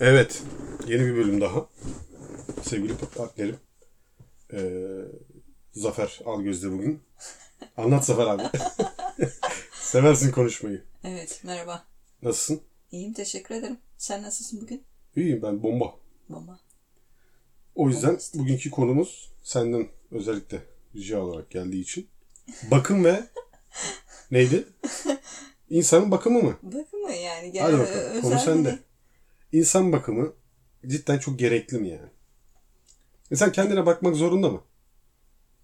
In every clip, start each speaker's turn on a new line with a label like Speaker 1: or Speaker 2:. Speaker 1: Evet. Yeni bir bölüm daha. Sevgili partnerim. Ee, Zafer Algöz'de bugün. Anlat Zafer abi. Seversin konuşmayı.
Speaker 2: Evet, merhaba.
Speaker 1: Nasılsın?
Speaker 2: İyiyim, teşekkür ederim. Sen nasılsın bugün?
Speaker 1: İyiyim ben bomba.
Speaker 2: Baba.
Speaker 1: O yüzden bugünkü konumuz senden özellikle rica olarak geldiği için. Bakım ve neydi? İnsanın bakımı mı?
Speaker 2: Bakın mı yani? Gel, e,
Speaker 1: Hadi bakalım. Konu sende. İnsan bakımı cidden çok gerekli mi yani? İnsan kendine bakmak zorunda mı?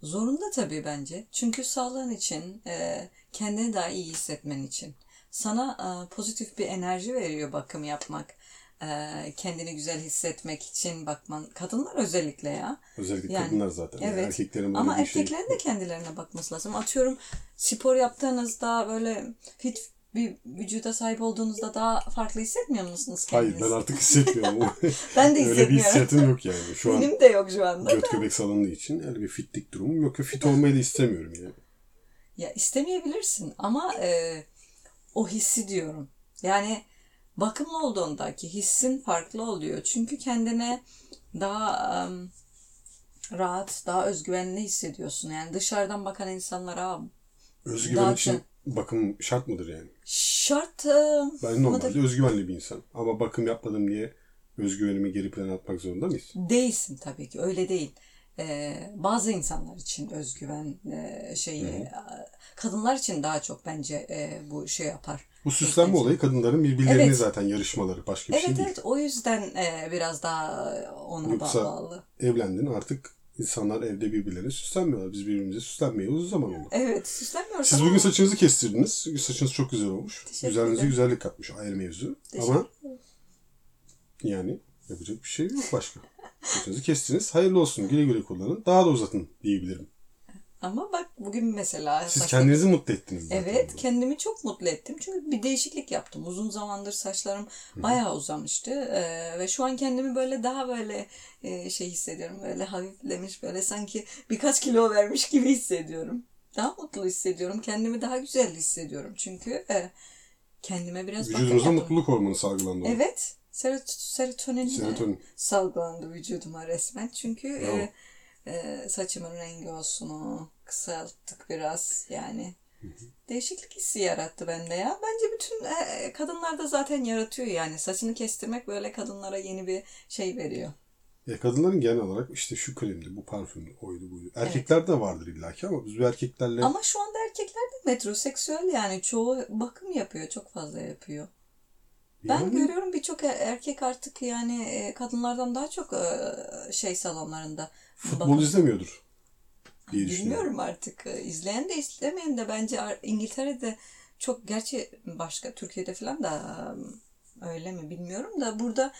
Speaker 2: Zorunda tabii bence. Çünkü sağlığın için, e, kendini daha iyi hissetmen için. Sana e, pozitif bir enerji veriyor bakım yapmak. E, kendini güzel hissetmek için bakman. Kadınlar özellikle ya.
Speaker 1: Özellikle
Speaker 2: Yani,
Speaker 1: kadınlar zaten. Yani
Speaker 2: evet.
Speaker 1: erkeklerin böyle
Speaker 2: Ama
Speaker 1: bir şey-
Speaker 2: erkeklerin de kendilerine bakması lazım. Atıyorum spor yaptığınızda böyle fit bir vücuda sahip olduğunuzda daha farklı hissetmiyor musunuz
Speaker 1: Hayır
Speaker 2: kendinizi?
Speaker 1: ben artık hissetmiyorum.
Speaker 2: ben de
Speaker 1: Öyle bir
Speaker 2: hissetmiyorum.
Speaker 1: hissiyatım yok yani. Şu an
Speaker 2: Benim de yok şu anda.
Speaker 1: göt göbek salındığı için öyle bir fitlik durumum yok. Fit olmayı da istemiyorum yani.
Speaker 2: Ya istemeyebilirsin ama e, o hissi diyorum. Yani bakımlı olduğundaki hissin farklı oluyor. Çünkü kendine daha em, rahat, daha özgüvenli hissediyorsun. Yani dışarıdan bakan insanlara
Speaker 1: Özgüven
Speaker 2: Daha
Speaker 1: için
Speaker 2: çok-
Speaker 1: bakım şart mıdır yani?
Speaker 2: şart e,
Speaker 1: Ben normalde
Speaker 2: Mıdır?
Speaker 1: özgüvenli bir insan. Ama bakım yapmadım diye özgüvenimi geri plana atmak zorunda mıyız?
Speaker 2: Değilsin tabii ki öyle değil. Ee, bazı insanlar için özgüven e, şeyi e, kadınlar için daha çok bence e, bu şey yapar.
Speaker 1: Bu süslenme
Speaker 2: Evet.
Speaker 1: olayı kadınların birbirlerine
Speaker 2: Evet.
Speaker 1: zaten yarışmaları. Başka bir
Speaker 2: evet
Speaker 1: şey değil.
Speaker 2: evet o yüzden e, biraz daha ona
Speaker 1: Yoksa-
Speaker 2: bağlı.
Speaker 1: Evlendin artık insanlar evde birbirlerine süslenmiyorlar. Biz birbirimize süslenmeye uzun zaman oldu.
Speaker 2: Evet süslenmiyoruz
Speaker 1: Siz
Speaker 2: ama
Speaker 1: bugün saçınızı kestirdiniz. Saçınız çok güzel olmuş.
Speaker 2: Teşekkür
Speaker 1: Güzelinize
Speaker 2: ederim.
Speaker 1: güzellik katmış ayrı mevzu.
Speaker 2: Teşekkür
Speaker 1: Ama yani yapacak bir şey yok başka. Saçınızı kestiniz. Hayırlı olsun. Güle güle kullanın. Daha da uzatın diyebilirim.
Speaker 2: ama bak bugün mesela
Speaker 1: Siz
Speaker 2: saçlar-
Speaker 1: kendinizi mutlu ettiniz zaten.
Speaker 2: Evet kendimi çok mutlu ettim. Çünkü bir değişiklik yaptım. Uzun zamandır saçlarım bayağı uzamıştı. Ee, ve şu an kendimi böyle daha böyle e, şey hissediyorum. Böyle hafiflemiş böyle sanki birkaç kilo vermiş gibi hissediyorum. Daha mutlu hissediyorum. Kendimi daha güzel hissediyorum. Çünkü e, kendime biraz bakım
Speaker 1: Vücudunuza
Speaker 2: yaptım.
Speaker 1: mutluluk hormonu salgılandı. Evet.
Speaker 2: Evet. Serot- serotonin
Speaker 1: Serotonin.
Speaker 2: salgılandı vücuduma resmen. Çünkü
Speaker 1: Bravo.
Speaker 2: e, e, saçımın rengi olsun o. Kısalttık biraz yani. Değişiklik hissi yarattı bende ya. Bence bütün e, kadınlar da zaten yaratıyor yani. Saçını kestirmek böyle kadınlara yeni bir şey veriyor.
Speaker 1: Ya E, kadınların genel olarak işte şu kremdi, bu parfümdü, oydu buydu. Erkekler de vardır illaki ama biz bu erkeklerle
Speaker 2: Ama şu anda erkekler de metroseksüel yani. Çoğu bakım yapıyor. Çok fazla yapıyor. Ben
Speaker 1: Yani
Speaker 2: görüyorum birçok er- erkek artık yani e, kadınlardan daha çok e, şey salonlarında.
Speaker 1: futbol
Speaker 2: bakım-
Speaker 1: izlemiyordur diye düşünüyorum.
Speaker 2: Bilmiyorum artık. İzleyen de izlemeyen de bence Ar- İngiltere'de çok gerçi başka Türkiye'de falan da e, öyle mi bilmiyorum da burada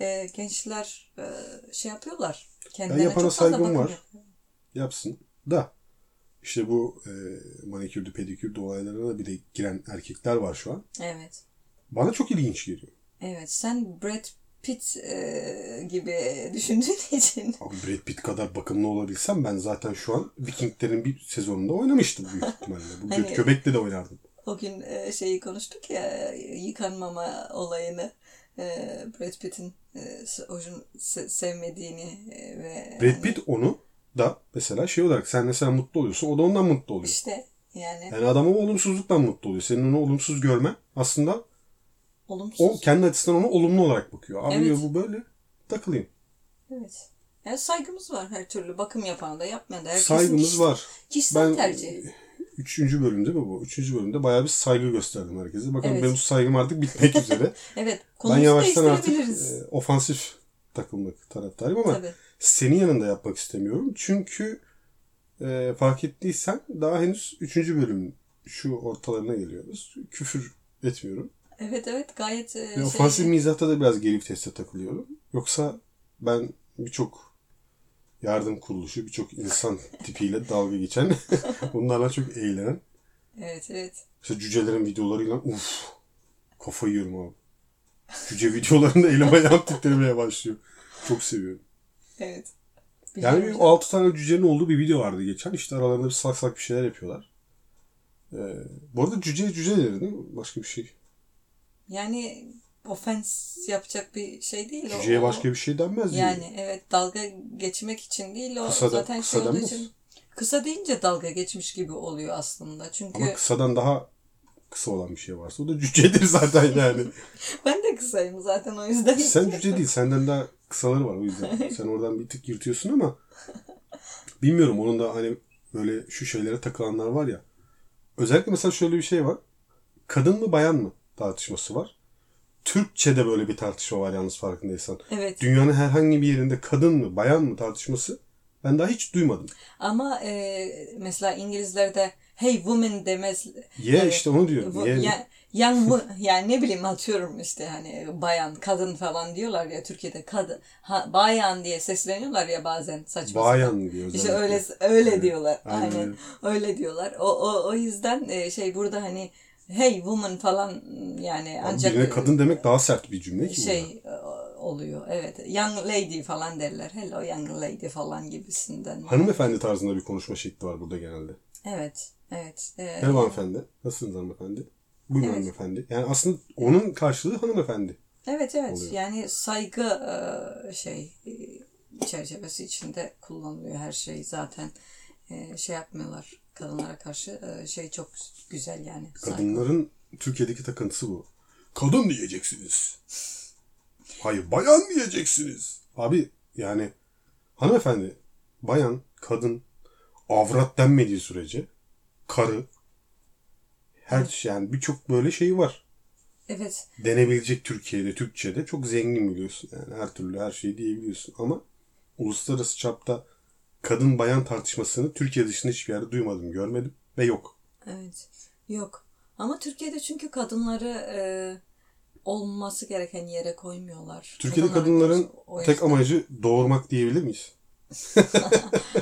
Speaker 2: e, gençler e, şey yapıyorlar. Kendilerine
Speaker 1: yapana
Speaker 2: çok fazla
Speaker 1: saygım
Speaker 2: bakım
Speaker 1: var.
Speaker 2: yapıyor.
Speaker 1: Yapsın da işte bu e, manikürdü, pedikürdü olaylara da bir de giren erkekler var şu an.
Speaker 2: Evet.
Speaker 1: Bana çok ilginç geliyor.
Speaker 2: Evet. Sen Brad Pitt e, gibi düşündüğün için
Speaker 1: Abi Brad Pitt kadar bakımlı olabilsem ben zaten şu an Vikinglerin bir sezonunda oynamıştım büyük ihtimalle. Bu
Speaker 2: Hani-
Speaker 1: göt göbekle de oynardım.
Speaker 2: o gün e, şeyi konuştuk ya yıkanmama olayını e, Brad Pitt'in e, se- oyun- se- sevmediğini e, ve
Speaker 1: Brad Pitt onu da mesela şey olarak sen mesela mutlu oluyorsun o da ondan mutlu oluyor.
Speaker 2: işte yani
Speaker 1: Yani adam o olumsuzluktan mutlu oluyor. Senin onu olumsuz görmen aslında
Speaker 2: Olumsuz.
Speaker 1: o kendi açısından ona olumlu olarak bakıyor. Abi
Speaker 2: Evet.
Speaker 1: diyor, bu böyle takılayım.
Speaker 2: Evet. Yani saygımız var her türlü. Bakım yapan da yapmayan da. Herkesin
Speaker 1: Saygımız
Speaker 2: kişi-
Speaker 1: var.
Speaker 2: Kişisel
Speaker 1: Ben e,
Speaker 2: tercih.
Speaker 1: üçüncü bölüm değil mi bu? Üçüncü bölümde bayağı bir saygı gösterdim herkese. Bakalım
Speaker 2: Evet.
Speaker 1: benim bu saygım artık bitmek üzere.
Speaker 2: Evet.
Speaker 1: ben
Speaker 2: Konumuzu
Speaker 1: yavaştan artık
Speaker 2: değiştirebiliriz.
Speaker 1: e, ofansif takılmak taraftarıyım ama
Speaker 2: Tabii.
Speaker 1: senin yanında yapmak istemiyorum. Çünkü e, fark ettiysen daha henüz 3. bölüm şu ortalarına geliyoruz. Küfür etmiyorum.
Speaker 2: Evet evet gayet e,
Speaker 1: Ve
Speaker 2: şey.
Speaker 1: ofansif mizahta da biraz geri viteste takılıyorum. Yoksa ben birçok yardım kuruluşu, birçok insan tipiyle dalga geçen, bunlarla çok eğlenen.
Speaker 2: Evet evet.
Speaker 1: Mesela cücelerin videolarıyla uff kafayı yiyorum abi. Cüce videolarında elim ayağım titremeye başlıyor. Çok seviyorum.
Speaker 2: Evet.
Speaker 1: Yani bir
Speaker 2: Biliyorum.
Speaker 1: 6 tane cücenin olduğu bir video vardı geçen. İşte aralarında bir salak salak bir şeyler yapıyorlar. Ee, bu arada cüce cüce denir değil mi? Başka bir şey.
Speaker 2: Yani ofens yapacak bir şey değil. o.
Speaker 1: Cüceye
Speaker 2: O-
Speaker 1: başka bir şey denmez yani.
Speaker 2: Yani evet dalga geçmek için değil o
Speaker 1: Kısa da-
Speaker 2: zaten
Speaker 1: kısa
Speaker 2: şey olduğu
Speaker 1: denmez.
Speaker 2: için. Kısa deyince dalga geçmiş gibi oluyor aslında. Çünkü
Speaker 1: Ama kısadan daha kısa olan bir şey varsa o da cücedir zaten yani.
Speaker 2: ben de kısayım zaten o yüzden.
Speaker 1: Sen cüce değil. Senden daha kısaları var o yüzden. Sen oradan bir tık yırtıyorsun ama bilmiyorum onun da hani böyle şu şeylere takılanlar var ya. Özellikle mesela şöyle bir şey var. Kadın mı bayan mı tartışması var. Türkçe'de böyle bir tartışma var yalnız farkındaysan.
Speaker 2: Evet
Speaker 1: Dünyanın herhangi bir yerinde kadın mı bayan mı tartışması ben daha hiç duymadım.
Speaker 2: ama e, mesela İngilizlerde hey woman demez.
Speaker 1: Ye
Speaker 2: Evet.
Speaker 1: işte onu diyorum.
Speaker 2: Bu-
Speaker 1: Ye.
Speaker 2: ya- Young bu yani ne bileyim atıyorum işte hani bayan kadın falan diyorlar ya Türkiye'de kadın ha, bayan diye sesleniyorlar ya bazen saçma sapan.
Speaker 1: bayan diyor.
Speaker 2: İşte
Speaker 1: özellikle.
Speaker 2: öyle öyle
Speaker 1: Evet.
Speaker 2: diyorlar.
Speaker 1: Aynen
Speaker 2: Aynen.
Speaker 1: öyle.
Speaker 2: Öyle diyorlar. O o o yüzden e, şey burada hani hey woman falan yani
Speaker 1: Ama
Speaker 2: ancak e,
Speaker 1: birine kadın demek daha sert bir cümle ki. burada.
Speaker 2: şey e, oluyor. Evet. Young lady falan derler. Hello young lady falan gibisinden.
Speaker 1: Hanımefendi tarzında bir konuşma şekli var burada genelde.
Speaker 2: Evet. Evet. E,
Speaker 1: Merhaba hanımefendi. Nasılsınız hanımefendi? Buyurun
Speaker 2: Evet.
Speaker 1: hanımefendi. Yani aslında onun karşılığı hanımefendi.
Speaker 2: Evet evet
Speaker 1: oluyor.
Speaker 2: yani saygı e, şey e, çerçevesi içinde kullanılıyor her şey zaten E, şey yapmıyorlar kadınlara karşı e, şey çok güzel yani saygı.
Speaker 1: Kadınların Türkiye'deki takıntısı bu. Kadın diyeceksiniz. Hayır bayan diyeceksiniz. Abi yani hanımefendi, bayan, kadın avrat denmediği sürece karı her yani birçok böyle şey var.
Speaker 2: Evet
Speaker 1: Denebilecek Türkiye'de, Türkçe'de çok zengin biliyorsun. Yani her türlü her şeyi diyebiliyorsun ama uluslararası çapta kadın bayan tartışmasını Türkiye dışında hiçbir yerde duymadım, görmedim ve yok.
Speaker 2: evet yok ama Türkiye'de çünkü kadınları e, olması gereken yere koymuyorlar.
Speaker 1: Türkiye'de
Speaker 2: Kadınlara
Speaker 1: kadınların
Speaker 2: karşı o
Speaker 1: tek
Speaker 2: yüzden-
Speaker 1: amacı doğurmak diyebilir miyiz?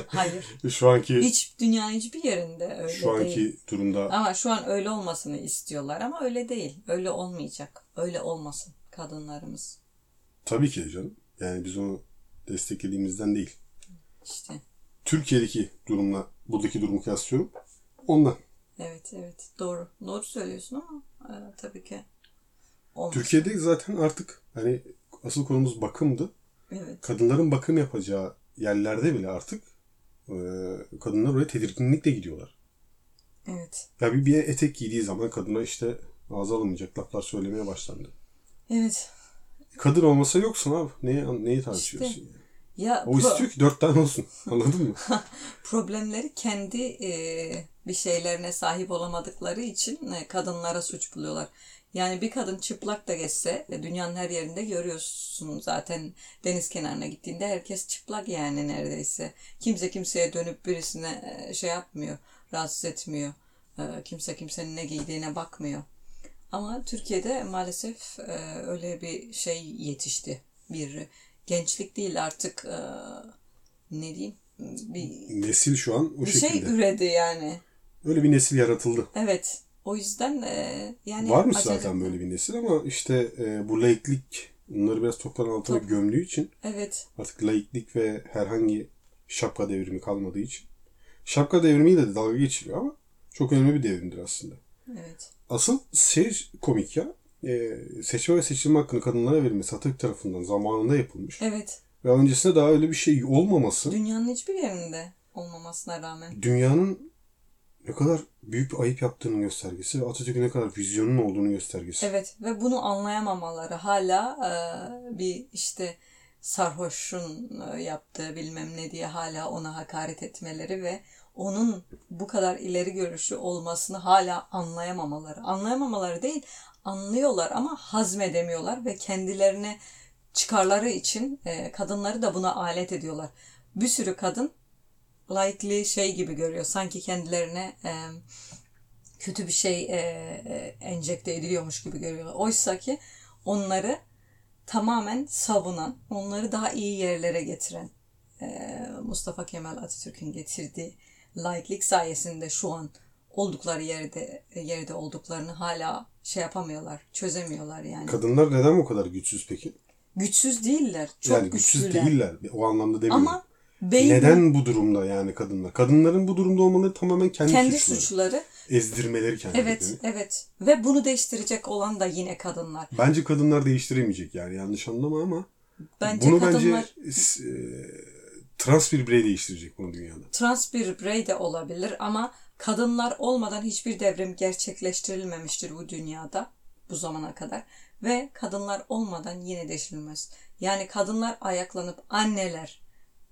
Speaker 2: Hayır.
Speaker 1: Şu anki
Speaker 2: Hiç dünyanın hiçbir yerinde öyle
Speaker 1: şu anki
Speaker 2: değil.
Speaker 1: durumda
Speaker 2: Ama şu an öyle olmasını istiyorlar ama öyle değil. Öyle olmayacak. Öyle olmasın kadınlarımız.
Speaker 1: tabii ki de canım. Yani biz onu desteklediğimizden değil.
Speaker 2: İşte
Speaker 1: Türkiye'deki durumla buradaki durumu kıyaslıyorum. Ondan.
Speaker 2: evet evet doğru. Doğru söylüyorsun ama e, tabii ki olmaz.
Speaker 1: Türkiye'de zaten artık hani asıl konumuz bakımdı.
Speaker 2: Evet.
Speaker 1: Kadınların bakım yapacağı yerlerde bile artık e, kadınlar oraya tedirginlikle gidiyorlar.
Speaker 2: Evet.
Speaker 1: Ya bir, bir etek giydiği zaman kadına işte ağza alınmayacak laflar söylemeye başlandı.
Speaker 2: Evet.
Speaker 1: Kadın olmasa yoksun abi. Neyi, neyi tartışıyorsun?
Speaker 2: İşte.
Speaker 1: yani?
Speaker 2: Ya
Speaker 1: O
Speaker 2: pro-
Speaker 1: istiyor ki dört tane olsun. Anladın mı?
Speaker 2: problemleri kendi e, bir şeylerine sahip olamadıkları için e, kadınlara suç buluyorlar. Yani bir kadın çıplak da geçse e, dünyanın her yerinde görüyorsun zaten deniz kenarına gittiğinde herkes çıplak yani neredeyse. Kimse kimseye dönüp birisine e, şey yapmıyor, rahatsız etmiyor. E, Kimse kimsenin ne giydiğine bakmıyor. Ama Türkiye'de maalesef e, öyle bir şey yetişti. Bir gençlik değil artık e, ne diyeyim bir
Speaker 1: Nesil şu an o
Speaker 2: bir
Speaker 1: şekilde.
Speaker 2: şey üredi yani.
Speaker 1: Öyle bir nesil yaratıldı.
Speaker 2: Evet. O yüzden e, yani
Speaker 1: Var mı
Speaker 2: acele-
Speaker 1: zaten böyle bir nesil ama işte e, bu laiklik bunları biraz toprağın altına
Speaker 2: Tabii.
Speaker 1: gömdüğü için
Speaker 2: Evet.
Speaker 1: artık laiklik ve herhangi şapka devrimi kalmadığı için şapka devrimiyle de dalga geçiliyor ama çok önemli bir devrimdir aslında.
Speaker 2: Evet.
Speaker 1: Asıl şey komik ya e, seçme ve seçilme hakkını kadınlara verilmesi Atatürk tarafından zamanında yapılmış.
Speaker 2: Evet.
Speaker 1: Ve öncesinde daha öyle bir şey olmaması
Speaker 2: Dünyanın hiçbir yerinde olmamasına rağmen.
Speaker 1: dünyanın ne kadar büyük bir ayıp yaptığının göstergesi ve Atatürk'ün ne kadar vizyonun olduğunu göstergesi.
Speaker 2: Evet ve bunu anlayamamaları hala e, bir işte sarhoşun e, yaptığı bilmem ne diye hala ona hakaret etmeleri ve onun bu kadar ileri görüşü olmasını hala anlayamamaları. Anlayamamaları değil, anlıyorlar ama hazmedemiyorlar ve kendilerine çıkarları için e, kadınları da buna alet ediyorlar. Bir sürü kadın laikliği şey gibi görüyor. Sanki kendilerine e, kötü bir şey e, e, enjekte ediliyormuş gibi görüyorlar. Oysa ki onları tamamen savunan, onları daha iyi yerlere getiren e, Mustafa Kemal Atatürk'ün getirdiği laiklik sayesinde şu an oldukları yerde yerde olduklarını hala şey yapamıyorlar, çözemiyorlar yani.
Speaker 1: Kadınlar neden bu kadar güçsüz peki?
Speaker 2: Güçsüz değiller, çok
Speaker 1: yani güçsüz
Speaker 2: güçlüler.
Speaker 1: değiller. O anlamda demiyorum.
Speaker 2: Ama Beyin
Speaker 1: Neden bu durumda yani kadınlar? Kadınların bu durumda olmaları tamamen kendi,
Speaker 2: kendi
Speaker 1: suçları.
Speaker 2: suçları.
Speaker 1: Ezdirmeleri kendilerini.
Speaker 2: Evet, evet. Ve bunu değiştirecek olan da yine kadınlar.
Speaker 1: Bence kadınlar değiştiremeyecek yani yanlış anlama ama
Speaker 2: Bence
Speaker 1: bunu
Speaker 2: kadınlar
Speaker 1: bence s- e, trans bir birey değiştirecek bunu dünyada.
Speaker 2: trans bir birey de olabilir ama kadınlar olmadan hiçbir devrim gerçekleştirilmemiştir bu dünyada bu zamana kadar ve kadınlar olmadan yine deşilmez. Yani kadınlar ayaklanıp anneler,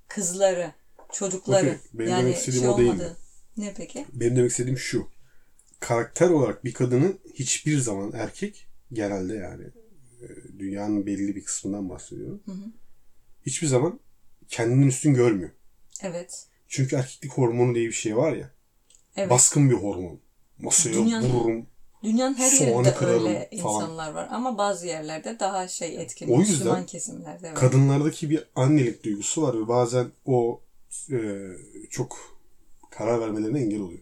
Speaker 2: kızları, çocukları
Speaker 1: Okey, benim
Speaker 2: yani
Speaker 1: demek istediğim
Speaker 2: şey
Speaker 1: o değildi.
Speaker 2: olmadı. Ne peki?
Speaker 1: Benim demek istediğim şu. Karakter olarak bir kadını hiçbir zaman erkek genelde yani e, dünyanın belli bir kısmından bahsediyorum.
Speaker 2: Hı hı.
Speaker 1: Hiçbir zaman kendinin üstün görmüyor.
Speaker 2: Evet.
Speaker 1: Çünkü erkeklik hormonu diye bir şey var ya.
Speaker 2: Evet.
Speaker 1: Baskın bir hormon. Masaya
Speaker 2: Dünyanın-
Speaker 1: vururum.
Speaker 2: Dünyanın her
Speaker 1: Soğanı
Speaker 2: yerinde
Speaker 1: kırarım
Speaker 2: öyle
Speaker 1: falan.
Speaker 2: insanlar var ama bazı yerlerde daha şey etkin.
Speaker 1: O yüzden
Speaker 2: Müslüman kesimlerde. evet.
Speaker 1: Kadınlardaki bir annelik duygusu var ve bazen o e, çok karar vermelerine engel oluyor.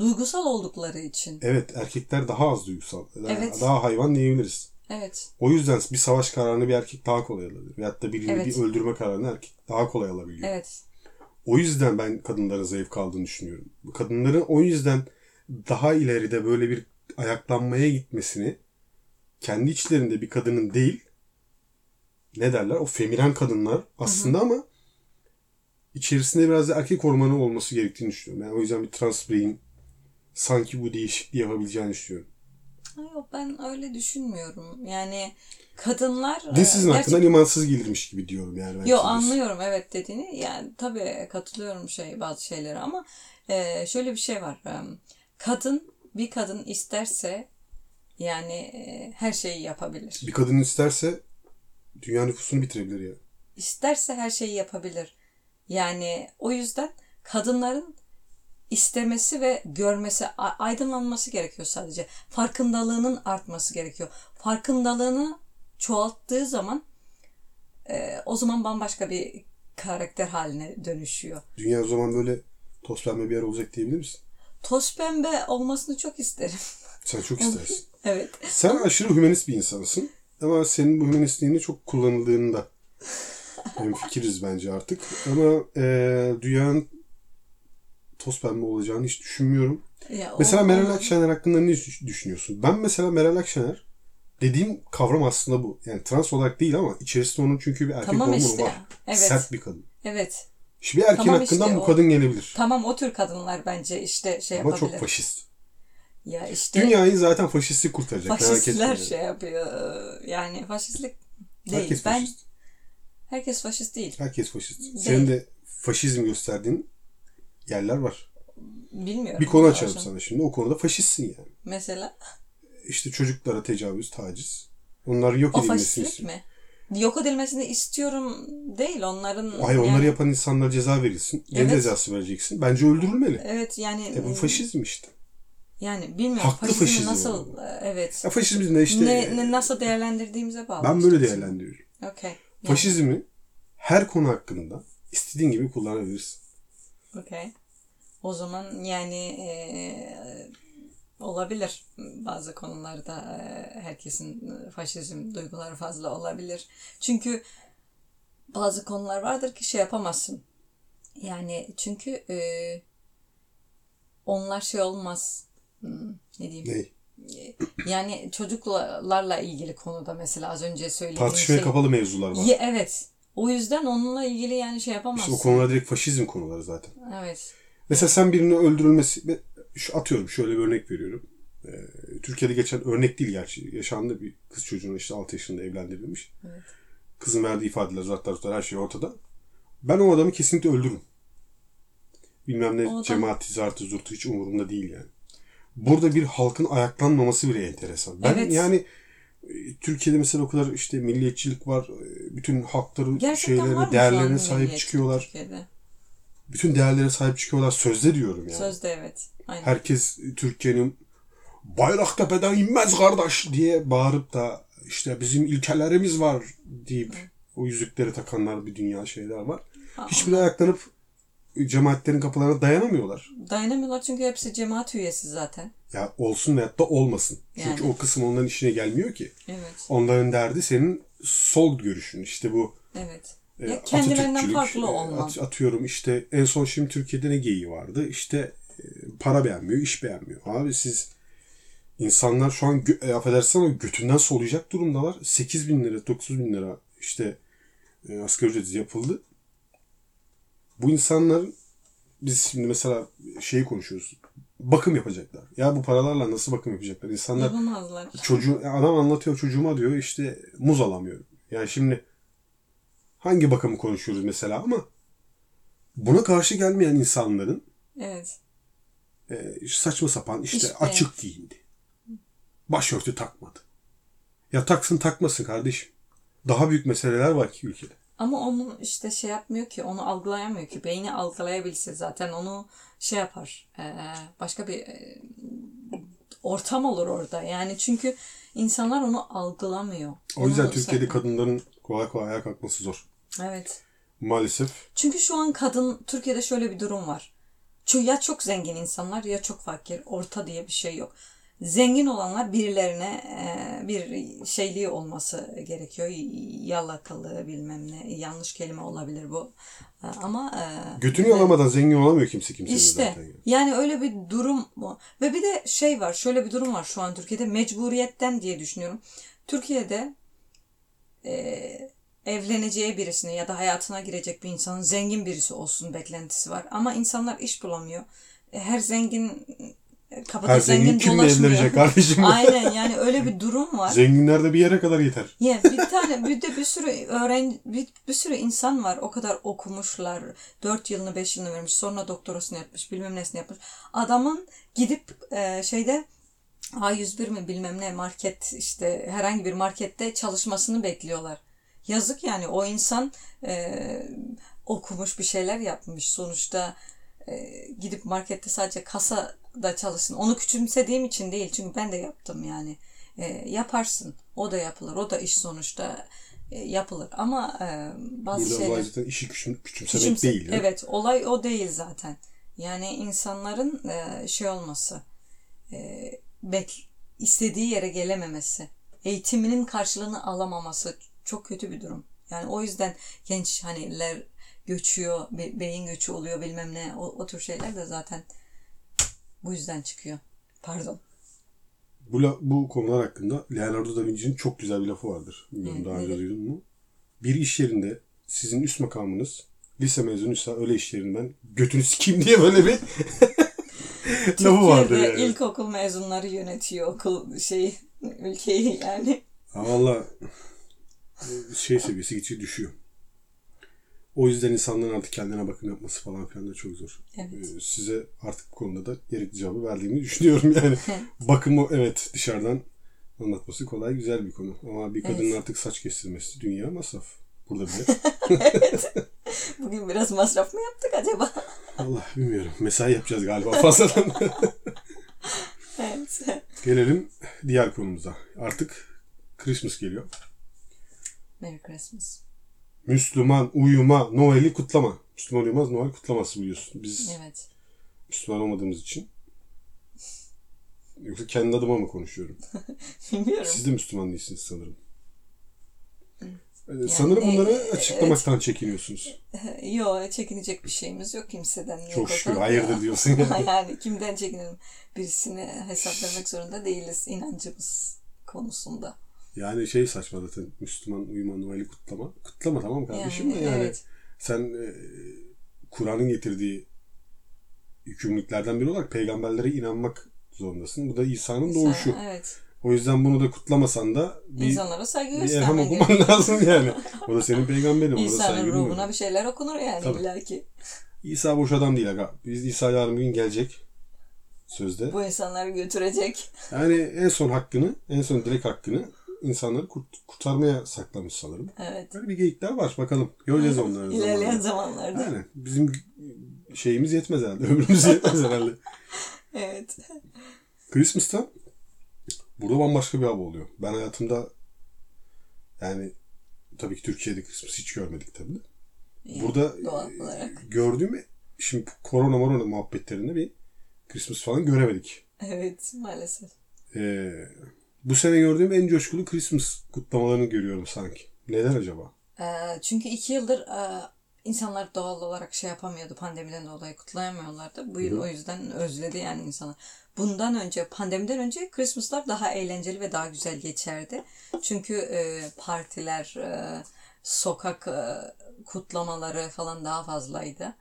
Speaker 2: Duygusal oldukları için.
Speaker 1: Evet erkekler daha az duygusal. Daha,
Speaker 2: Evet.
Speaker 1: daha hayvan diyebiliriz.
Speaker 2: Evet.
Speaker 1: O yüzden bir savaş kararını bir erkek daha kolay alabilir. Veyahut da birini
Speaker 2: Evet.
Speaker 1: bir öldürme kararını erkek daha kolay alabiliyor.
Speaker 2: Evet.
Speaker 1: O yüzden ben kadınlara zayıf kaldığını düşünüyorum. Kadınların o yüzden daha ileride böyle bir ayaklanmaya gitmesini kendi içlerinde bir kadının değil ne derler o feminen kadınlar aslında ama içerisinde biraz da erkek hormonu olması gerektiğini düşünüyorum. Yani o yüzden bir trans bireyin sanki bu değişikliği yapabileceğini düşünüyorum.
Speaker 2: Ha, Yok ben öyle düşünmüyorum. Yani kadınlar...
Speaker 1: Din sizin
Speaker 2: e,
Speaker 1: hakkında imansız gelirmiş gibi diyorum yani. ben
Speaker 2: Yo
Speaker 1: açıkçası.
Speaker 2: anlıyorum evet dediğini. Yani tabii katılıyorum şey bazı şeylere ama e, şöyle bir şey var. E, Kadın bir kadın isterse yani e, her şeyi yapabilir.
Speaker 1: Bir kadın isterse dünya nüfusunu bitirebilir yani.
Speaker 2: İsterse her şeyi yapabilir. Yani o yüzden kadınların istemesi ve görmesi, a- aydınlanması gerekiyor sadece. Farkındalığının artması gerekiyor. Farkındalığını çoğalttığı zaman e, o zaman bambaşka bir karakter haline dönüşüyor.
Speaker 1: Dünya o zaman böyle toz pembe bir yer olacak diyebilir misin?
Speaker 2: Toz pembe olmasını çok isterim.
Speaker 1: Sen çok istersin.
Speaker 2: evet.
Speaker 1: Sen aşırı hümanist bir insansın. Ama senin bu hümanistliğini çok kullanıldığında hem fikiriz bence artık. Ama eee dünyanın toz pembe olacağını hiç düşünmüyorum.
Speaker 2: Ya, o-
Speaker 1: Mesela Meral
Speaker 2: o-
Speaker 1: Akşener hakkında ne düş- düşünüyorsun? Ben mesela Meral Akşener dediğim kavram aslında bu. Yani trans olarak değil ama içerisinde onun çünkü bir erkek
Speaker 2: Tamam
Speaker 1: hormonu
Speaker 2: işte.
Speaker 1: var.
Speaker 2: Evet.
Speaker 1: Sert bir kadın.
Speaker 2: Evet.
Speaker 1: Şimdi bir erkeğin
Speaker 2: Tamam işte
Speaker 1: hakkından bu
Speaker 2: o.
Speaker 1: kadın gelebilir.
Speaker 2: Tamam o tür kadınlar bence işte şey
Speaker 1: Ama
Speaker 2: yapabilir.
Speaker 1: çok faşist.
Speaker 2: ya işte
Speaker 1: Dünyayı zaten faşisti kurtaracak. merak
Speaker 2: faşistler
Speaker 1: etme.
Speaker 2: şey yapıyor. Yani faşistlik değil.
Speaker 1: Herkes
Speaker 2: ben
Speaker 1: faşist.
Speaker 2: herkes faşist değil.
Speaker 1: Herkes faşist. Senin de faşizm gösterdiğin yerler var.
Speaker 2: Bilmiyorum.
Speaker 1: Bir konu
Speaker 2: Hocam.
Speaker 1: açarım sana şimdi. O konuda faşistsin yani.
Speaker 2: Mesela
Speaker 1: İşte çocuklara tecavüz, taciz. Onların yok
Speaker 2: o
Speaker 1: edilmesini
Speaker 2: faşistlik
Speaker 1: istiyorsun.
Speaker 2: mi? Yok edilmesini istiyorum değil onların.
Speaker 1: Hayır onları
Speaker 2: yani-
Speaker 1: yapan insanlara ceza verilsin. Ne
Speaker 2: Evet.
Speaker 1: cezası vereceksin? Bence öldürülmeli.
Speaker 2: Evet yani
Speaker 1: E bu faşizm işte.
Speaker 2: yani bilmiyorum
Speaker 1: Haklı
Speaker 2: faşizmi
Speaker 1: faşizm
Speaker 2: nasıl evet.
Speaker 1: Ya faşizm ne işte? E,
Speaker 2: ne, ne- nasıl değerlendirdiğimize bağlı.
Speaker 1: ben
Speaker 2: işte.
Speaker 1: böyle değerlendiriyorum.
Speaker 2: Okey. Yani,
Speaker 1: Faşizmi her konu hakkında istediğin gibi kullanabilirsin.
Speaker 2: okey. O zaman yani eee, olabilir bazı konularda eee, herkesin faşizm duyguları fazla olabilir. Çünkü bazı konular vardır ki şey yapamazsın. Yani çünkü eee, onlar şey olmaz. Hmm, ne diyeyim?
Speaker 1: Ne?
Speaker 2: Yani çocuklarla ilgili konuda mesela az önce söylediğim
Speaker 1: Tartışmaya
Speaker 2: şey.
Speaker 1: kapalı mevzular var.
Speaker 2: Ye- evet. O yüzden onunla ilgili yani şey
Speaker 1: İşte
Speaker 2: yapamazsın.
Speaker 1: o konular direkt faşizm konuları zaten.
Speaker 2: Evet.
Speaker 1: Mesela sen birinin öldürülmesi, be- şu atıyorum şöyle bir örnek veriyorum. Ee, Türkiye'de geçen örnek değil gerçi. Yaşandı bir kız çocuğuna işte 6 yaşında evlendirilmiş.
Speaker 2: Evet.
Speaker 1: Kızın verdiği ifadeler zaten zaten her şey ortada. Ben o adamı kesinlikle öldürürüm. Bilmem ne
Speaker 2: O adam-
Speaker 1: cemaati, zartı, zurtu hiç umurumda değil yani. Burada bir halkın ayaklanmaması bile enteresan. Ben
Speaker 2: Evet.
Speaker 1: yani e, Türkiye'de mesela o kadar işte milliyetçilik var. e, Bütün halkları,
Speaker 2: Gerçekten var mı
Speaker 1: şeylerine,
Speaker 2: şu
Speaker 1: değerlerine
Speaker 2: anda
Speaker 1: sahip
Speaker 2: milliyetçilik
Speaker 1: çıkıyorlar.
Speaker 2: Türkiye'de?
Speaker 1: Bütün değerlere sahip çıkıyorlar. Sözde diyorum yani.
Speaker 2: Sözde evet. Aynen.
Speaker 1: herkes Türkiye'nin Bayraktepe'den inmez kardeş diye bağırıp da işte bizim ilkelerimiz var deyip o yüzükleri takanlar bir dünya şeyler var.
Speaker 2: Ha,
Speaker 1: Hiçbiri ayaklanıp cemaatlerin kapılarına dayanamıyorlar.
Speaker 2: Dayanamıyorlar çünkü hepsi cemaat üyesi zaten.
Speaker 1: Ya olsun veyahut da olmasın. Çünkü
Speaker 2: Yani.
Speaker 1: o kısım onların işine gelmiyor ki.
Speaker 2: Evet.
Speaker 1: Onların derdi senin sol görüşün. İşte bu
Speaker 2: Evet.
Speaker 1: e, E,
Speaker 2: Ya kendilerinden
Speaker 1: Atatürkçülük,
Speaker 2: farklı
Speaker 1: e,
Speaker 2: olma.
Speaker 1: at- atıyorum işte en son şimdi Türkiye'de ne geyiği vardı? İşte e, para beğenmiyor, iş beğenmiyor. Abi siz insanlar şu an gö- e, affedersin ama götünden soluyacak durumdalar. 8 bin lira, 9 bin lira işte e, asgari ücret yapıldı. Bu insanlar biz şimdi mesela şeyi konuşuyoruz. Bakım yapacaklar. Ya bu paralarla nasıl bakım yapacaklar? İnsanlar
Speaker 2: Yapamazlar.
Speaker 1: Çocuğu, adam anlatıyor çocuğuma diyor işte muz alamıyorum. Yani şimdi hangi bakımı konuşuyoruz mesela ama buna karşı gelmeyen insanların
Speaker 2: Evet.
Speaker 1: e, saçma sapan işte
Speaker 2: İşte.
Speaker 1: açık giyindi. Başörtü takmadı. Ya taksın takmasın kardeşim. Daha büyük meseleler var ki ülkede.
Speaker 2: Ama onun işte şey yapmıyor ki, onu algılayamıyor ki. Beyni algılayabilse zaten onu şey yapar. Ee, başka bir e, ortam olur orada. Yani çünkü insanlar onu algılamıyor.
Speaker 1: O yüzden
Speaker 2: Onu-
Speaker 1: Türkiye'de kadınların kolay kolay ayağa kalkması zor.
Speaker 2: Evet.
Speaker 1: Maalesef
Speaker 2: Çünkü şu an kadın Türkiye'de şöyle bir durum var. Çünkü ya çok zengin insanlar ya çok fakir. Orta diye bir şey yok. Zengin olanlar birilerine e, bir şeyliği olması gerekiyor. Yalakalı bilmem ne. Yanlış kelime olabilir bu. E, Ama e,
Speaker 1: götünü yalamadan zengin olamıyor kimse kimsenin
Speaker 2: işte
Speaker 1: zaten. yani.
Speaker 2: yani öyle bir durum mu? Ve bir de şey var, şöyle bir durum var şu an Türkiye'de mecburiyetten diye düşünüyorum. Türkiye'de eee, evleneceği birisini ya da hayatına girecek bir insanın zengin birisi olsun beklentisi var. Ama insanlar iş bulamıyor. E, Her zengin e, kapıda
Speaker 1: Her
Speaker 2: zengin,
Speaker 1: zengin kimle
Speaker 2: dolaşmıyor.
Speaker 1: evlenecek kardeşim?
Speaker 2: Aynen yani öyle bir durum var.
Speaker 1: Zenginlerde bir yere kadar yeter.
Speaker 2: Ya bir tane bir de bir sürü öğren bir, bir sürü insan var. O kadar okumuşlar. 4 yılını 5 yılını vermiş. Sonra doktorasını yapmış. Bilmem nesini yapmış. Adamın gidip e, şeyde A101 mi bilmem ne market işte herhangi bir markette çalışmasını bekliyorlar. Yazık yani o insan e, okumuş bir şeyler yapmış. Sonuçta e, gidip markette sadece kasada çalışsın. Onu küçümsediğim için değil. Çünkü ben de yaptım yani. E, yaparsın. O da yapılır. O da iş sonuçta e, yapılır. Ama e, bazı
Speaker 1: Burada
Speaker 2: şeyler...
Speaker 1: olay zaten işi küçüm, küçümsemek
Speaker 2: Küçümse-
Speaker 1: değil. ya.
Speaker 2: Evet olay o değil zaten. Yani insanların e, şey olması, e, bek istediği yere gelememesi, eğitiminin karşılığını alamaması çok kötü bir durum. Yani o yüzden genç haniler göçüyor, be- beyin göçü oluyor bilmem ne o, o tür şeyler de zaten bu yüzden çıkıyor. Pardon.
Speaker 1: Bu, la- bu konular hakkında Leonardo da Vinci'nin çok güzel bir lafı vardır. Bilmiyorum
Speaker 2: Evet,
Speaker 1: daha önce
Speaker 2: evet.
Speaker 1: duydun mu? Bir iş yerinde sizin üst makamınız lise mezunuysa öyle iş yerinden götünü sikeyim diye böyle bir lafı vardır
Speaker 2: Türkiye'de
Speaker 1: yani.
Speaker 2: ilkokul mezunları yönetiyor okul şeyi, ülkeyi yani.
Speaker 1: Ha valla şey seviyesi gitgide düşüyor. O yüzden insanların artık kendine bakım yapması falan filan da çok zor.
Speaker 2: Evet.
Speaker 1: Ee, Size artık bu konuda da gerekli cevabı verdiğimi düşünüyorum yani. Bakımı evet dışarıdan anlatması kolay güzel bir konu. Ama bir kadının
Speaker 2: Evet.
Speaker 1: artık saç kestirmesi dünya masraf. Burada bile.
Speaker 2: Bugün biraz masraf mı yaptık acaba?
Speaker 1: Allah bilmiyorum. Mesai yapacağız galiba fazladan.
Speaker 2: evet.
Speaker 1: Gelelim diğer konumuza. Artık Christmas geliyor.
Speaker 2: Merry Christmas.
Speaker 1: Müslüman uyuma, Noel'i kutlama. Müslüman uyumaz, Noel kutlaması biliyorsun. Biz
Speaker 2: Evet.
Speaker 1: Müslüman olmadığımız için. Yoksa kendi adıma mı konuşuyorum?
Speaker 2: Bilmiyorum.
Speaker 1: Siz de Müslüman değilsiniz sanırım. Ee,
Speaker 2: Yani,
Speaker 1: sanırım bunları
Speaker 2: e,
Speaker 1: açıklamaktan çekiniyorsunuz.
Speaker 2: Ee, Yo çekinecek bir şeyimiz yok kimseden. Yok
Speaker 1: Çok şükür
Speaker 2: ortada.
Speaker 1: hayırdır diyorsun yani.
Speaker 2: yani kimden çekinelim? Birisine hesap vermek zorunda değiliz inancımız konusunda.
Speaker 1: Yani şey saçma zaten Müslüman uyuma Noel'i kutlama. Kutlama tamam kardeşim
Speaker 2: Yani,
Speaker 1: de yani.
Speaker 2: evet.
Speaker 1: Sen e, Kur'an'ın getirdiği yükümlülüklerden biri olarak peygamberlere inanmak zorundasın. Bu da İsa'nın
Speaker 2: İnsan-
Speaker 1: doğuşu.
Speaker 2: Evet.
Speaker 1: O yüzden bunu da kutlamasan da bir,
Speaker 2: İnsanlara saygı
Speaker 1: bir erham
Speaker 2: göstermen
Speaker 1: okuman
Speaker 2: gerekiyor.
Speaker 1: lazım yani. O da senin peygamberin. Ona da saygı
Speaker 2: İnsanın
Speaker 1: duyuyorum.
Speaker 2: ruhuna bir şeyler okunur yani
Speaker 1: Tabii.
Speaker 2: illa ki.
Speaker 1: İsa boş adam değil aga. Biz İsa yarın bir gün gelecek. Sözde.
Speaker 2: Bu insanları götürecek.
Speaker 1: Yani en son hakkını, en son dilek hakkını insanları kurt- kurtarmaya saklamış sanırım.
Speaker 2: Evet.
Speaker 1: Böyle bir geyikler var. Bakalım. Göreceğiz onları. zamanla.
Speaker 2: İlerleyen zamanlarda.
Speaker 1: Yani bizim şeyimiz yetmez herhalde. Ömrümüz yetmez herhalde.
Speaker 2: Evet.
Speaker 1: Christmas'ta burada bambaşka bir hava oluyor. Ben hayatımda yani tabii ki Türkiye'de Christmas hiç görmedik tabii. de. Burada
Speaker 2: Doğal
Speaker 1: e,
Speaker 2: olarak.
Speaker 1: gördüğüm şimdi korona morona muhabbetlerinde bir Christmas falan göremedik.
Speaker 2: Evet maalesef.
Speaker 1: Ee, bu sene gördüğüm en coşkulu Christmas kutlamalarını görüyorum sanki. Neden acaba?
Speaker 2: Ee, çünkü iki yıldır e, insanlar doğal olarak şey yapamıyordu pandemiden dolayı kutlayamıyorlardı. Bu yıl
Speaker 1: Hı.
Speaker 2: o yüzden özledi yani insanlar. Bundan önce pandemiden önce Christmas'lar daha eğlenceli ve daha güzel geçerdi. Çünkü e, partiler, e, sokak e, kutlamaları falan daha fazlaydı.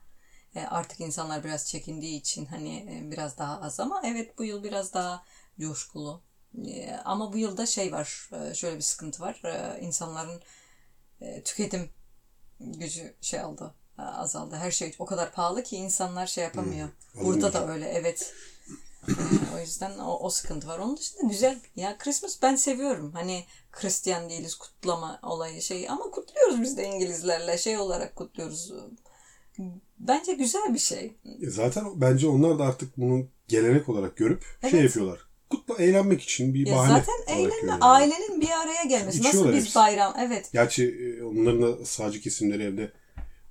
Speaker 2: E, artık insanlar biraz çekindiği için hani e, biraz daha az ama evet bu yıl biraz daha coşkulu. E, ama bu yılda şey var, e, şöyle bir sıkıntı var. E, insanların e, tüketim gücü şey aldı, e, azaldı. Her şey o kadar pahalı ki insanlar şey yapamıyor.
Speaker 1: alım
Speaker 2: Burada
Speaker 1: gücü.
Speaker 2: da öyle evet. E, o yüzden o, o sıkıntı var. Onun dışında güzel. Ya Christmas ben seviyorum. Hani Hristiyan değiliz kutlama olayı şey ama kutluyoruz biz de İngilizlerle şey olarak kutluyoruz. Bence güzel bir şey.
Speaker 1: E zaten bence onlar da artık bunu gelenek olarak görüp şey
Speaker 2: Evet.
Speaker 1: yapıyorlar. Kutla eğlenmek için bir
Speaker 2: Ya
Speaker 1: bahane
Speaker 2: zaten
Speaker 1: olarak
Speaker 2: eğlenme,
Speaker 1: görüyorlar.
Speaker 2: ailenin bir araya gelmesi. Nasıl
Speaker 1: İçiyorlar
Speaker 2: biz
Speaker 1: hepsi.
Speaker 2: bayram, evet.
Speaker 1: Gerçi e, onların da sadece kesimleri evde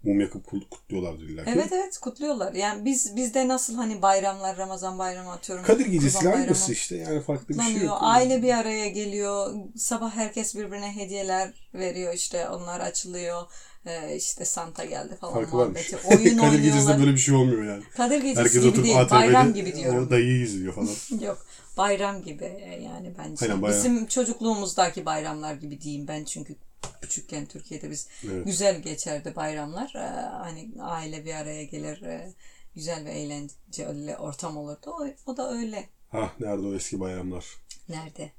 Speaker 1: mum yakıp kul- kutluyorlardır illa ki.
Speaker 2: Evet evet kutluyorlar. Yani biz bizde nasıl hani bayramlar, Ramazan bayramı atıyorum.
Speaker 1: Kadir gecesiyle
Speaker 2: Kurban Bayramı
Speaker 1: aynısı işte yani farklı bir şey
Speaker 2: kutlanıyor.
Speaker 1: yok.
Speaker 2: Aile bir araya geliyor. Sabah herkes birbirine hediyeler veriyor işte. Onlar açılıyor. Ee, işte Santa geldi falan
Speaker 1: Farkı varmış.
Speaker 2: muhabbeti. Oyun
Speaker 1: Kadir gecesinde
Speaker 2: oynuyorlar.
Speaker 1: böyle bir şey olmuyor yani.
Speaker 2: Kadir gecesi
Speaker 1: Herkes
Speaker 2: gibi
Speaker 1: oturup
Speaker 2: değil. Bayram
Speaker 1: ATV'de
Speaker 2: gibi diyorum.
Speaker 1: o dayıyı izliyor falan.
Speaker 2: Yok bayram gibi e, yani bence.
Speaker 1: Aynen, bayram.
Speaker 2: Bizim çocukluğumuzdaki bayramlar gibi diyeyim ben çünkü küçükken Türkiye'de biz
Speaker 1: Evet.
Speaker 2: güzel geçerdi bayramlar. Ee, hani aile bir araya gelir e, güzel ve eğlenceli ortam olurdu. O, o da öyle.
Speaker 1: Hah Ah, nerede o eski bayramlar.
Speaker 2: Nerede?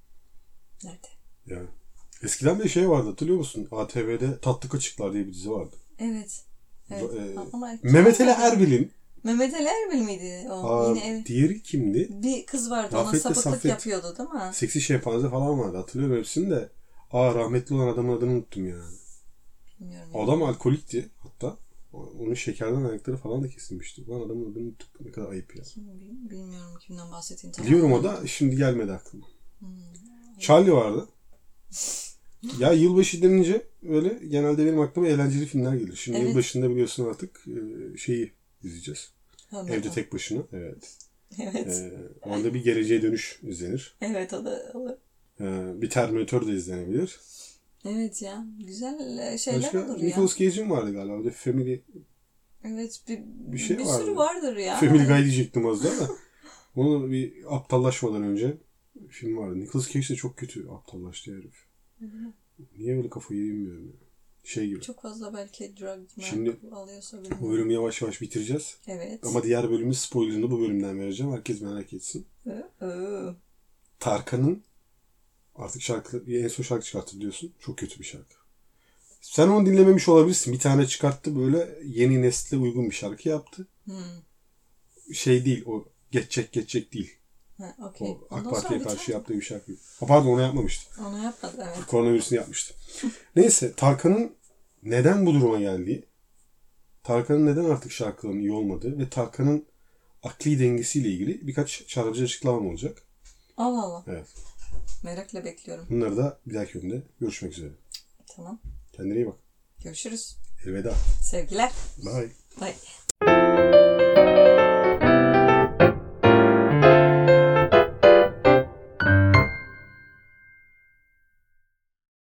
Speaker 2: Nerede?
Speaker 1: Yani. Eskiden bir şey vardı hatırlıyor musun? ATV'de Tatlı Kaçıklar diye bir dizi vardı.
Speaker 2: Evet. evet.
Speaker 1: Ee,
Speaker 2: Ama-
Speaker 1: Mehmet Ali Erbil'in
Speaker 2: Mehmet Ali Erbil miydi o?
Speaker 1: aa,
Speaker 2: Yine ev-
Speaker 1: diğeri kimdi?
Speaker 2: bir kız vardı ona
Speaker 1: Rafet'le
Speaker 2: sapıklık
Speaker 1: Safet.
Speaker 2: yapıyordu değil mi?
Speaker 1: Seksi Şempanze falan vardı hatırlıyorum hepsini de. Aa rahmetli olan adamın adını unuttum ya.
Speaker 2: Bilmiyorum.
Speaker 1: Adam alkolikti hatta. O- Onun şekerden ayakları falan da kesilmişti. Ulan adamın adını unuttum. Ne kadar ayıp ya.
Speaker 2: Kim- bil- Bilmiyorum kimden bahsettiğini. tam-
Speaker 1: Biliyorum o da şimdi gelmedi aklıma. Charlie vardı. Ya yılbaşı denince öyle genelde benim aklıma eğlenceli filmler gelir. Şimdi
Speaker 2: Evet.
Speaker 1: yılbaşında biliyorsun artık e, şeyi izleyeceğiz.
Speaker 2: Tamam.
Speaker 1: Evde tek başına. Evet.
Speaker 2: Evet.
Speaker 1: E, orada bir geleceğe dönüş izlenir.
Speaker 2: Evet o da o da-
Speaker 1: E, bir Terminator da izlenebilir.
Speaker 2: Evet ya. Güzel e, şeyler
Speaker 1: Başka
Speaker 2: olur
Speaker 1: Nicolas
Speaker 2: ya.
Speaker 1: Cage'in vardı galiba. Bir de Family,
Speaker 2: Evet bir, bir,
Speaker 1: şey
Speaker 2: sürü
Speaker 1: vardı.
Speaker 2: vardır ya.
Speaker 1: Family Guy diyecektim az daha da. Onu bir aptallaşmadan önce film vardı. Nicolas Cage de çok kötü aptallaştı herif. Niye böyle kafayı yiyeyim bilmiyorum ya. Şey gibi.
Speaker 2: Çok fazla belki drug
Speaker 1: Şimdi-
Speaker 2: Şimdi, alıyorsa
Speaker 1: Bu
Speaker 2: bilmiyorum.
Speaker 1: bölümü yavaş yavaş bitireceğiz.
Speaker 2: Evet.
Speaker 1: Ama diğer bölümün spoilerını bu bölümden vereceğim. Herkes merak etsin.
Speaker 2: Ee, ee.
Speaker 1: Tarkan'ın artık şarkı, en son şarkı çıkarttı biliyorsun. Çok kötü bir şarkı. Sen onu dinlememiş olabilirsin. Bir tane çıkarttı böyle yeni nesle uygun bir şarkı yaptı.
Speaker 2: Hmm.
Speaker 1: Şey değil o geçecek geçecek değil.
Speaker 2: Ha,
Speaker 1: O
Speaker 2: okey.
Speaker 1: AK
Speaker 2: Ondan
Speaker 1: Parti'ye
Speaker 2: sonra
Speaker 1: karşı
Speaker 2: biter.
Speaker 1: yaptığı bir şarkı. Ha, pardon onu yapmamıştı.
Speaker 2: Onu yapmadı evet.
Speaker 1: Koronavirüsünü yapmıştı. Neyse Tarkan'ın neden bu duruma geldiği, Tarkan'ın neden artık şarkılarının iyi olmadığı ve Tarkan'ın akli dengesiyle ilgili birkaç çarpıcı açıklamam olacak.
Speaker 2: Allah Allah.
Speaker 1: Evet.
Speaker 2: Merakla bekliyorum.
Speaker 1: Bunları da bir dahaki bölümde görüşmek üzere.
Speaker 2: Tamam.
Speaker 1: Kendine iyi bak.
Speaker 2: Görüşürüz.
Speaker 1: Elveda.
Speaker 2: Sevgiler.
Speaker 1: Bye.
Speaker 2: Bye.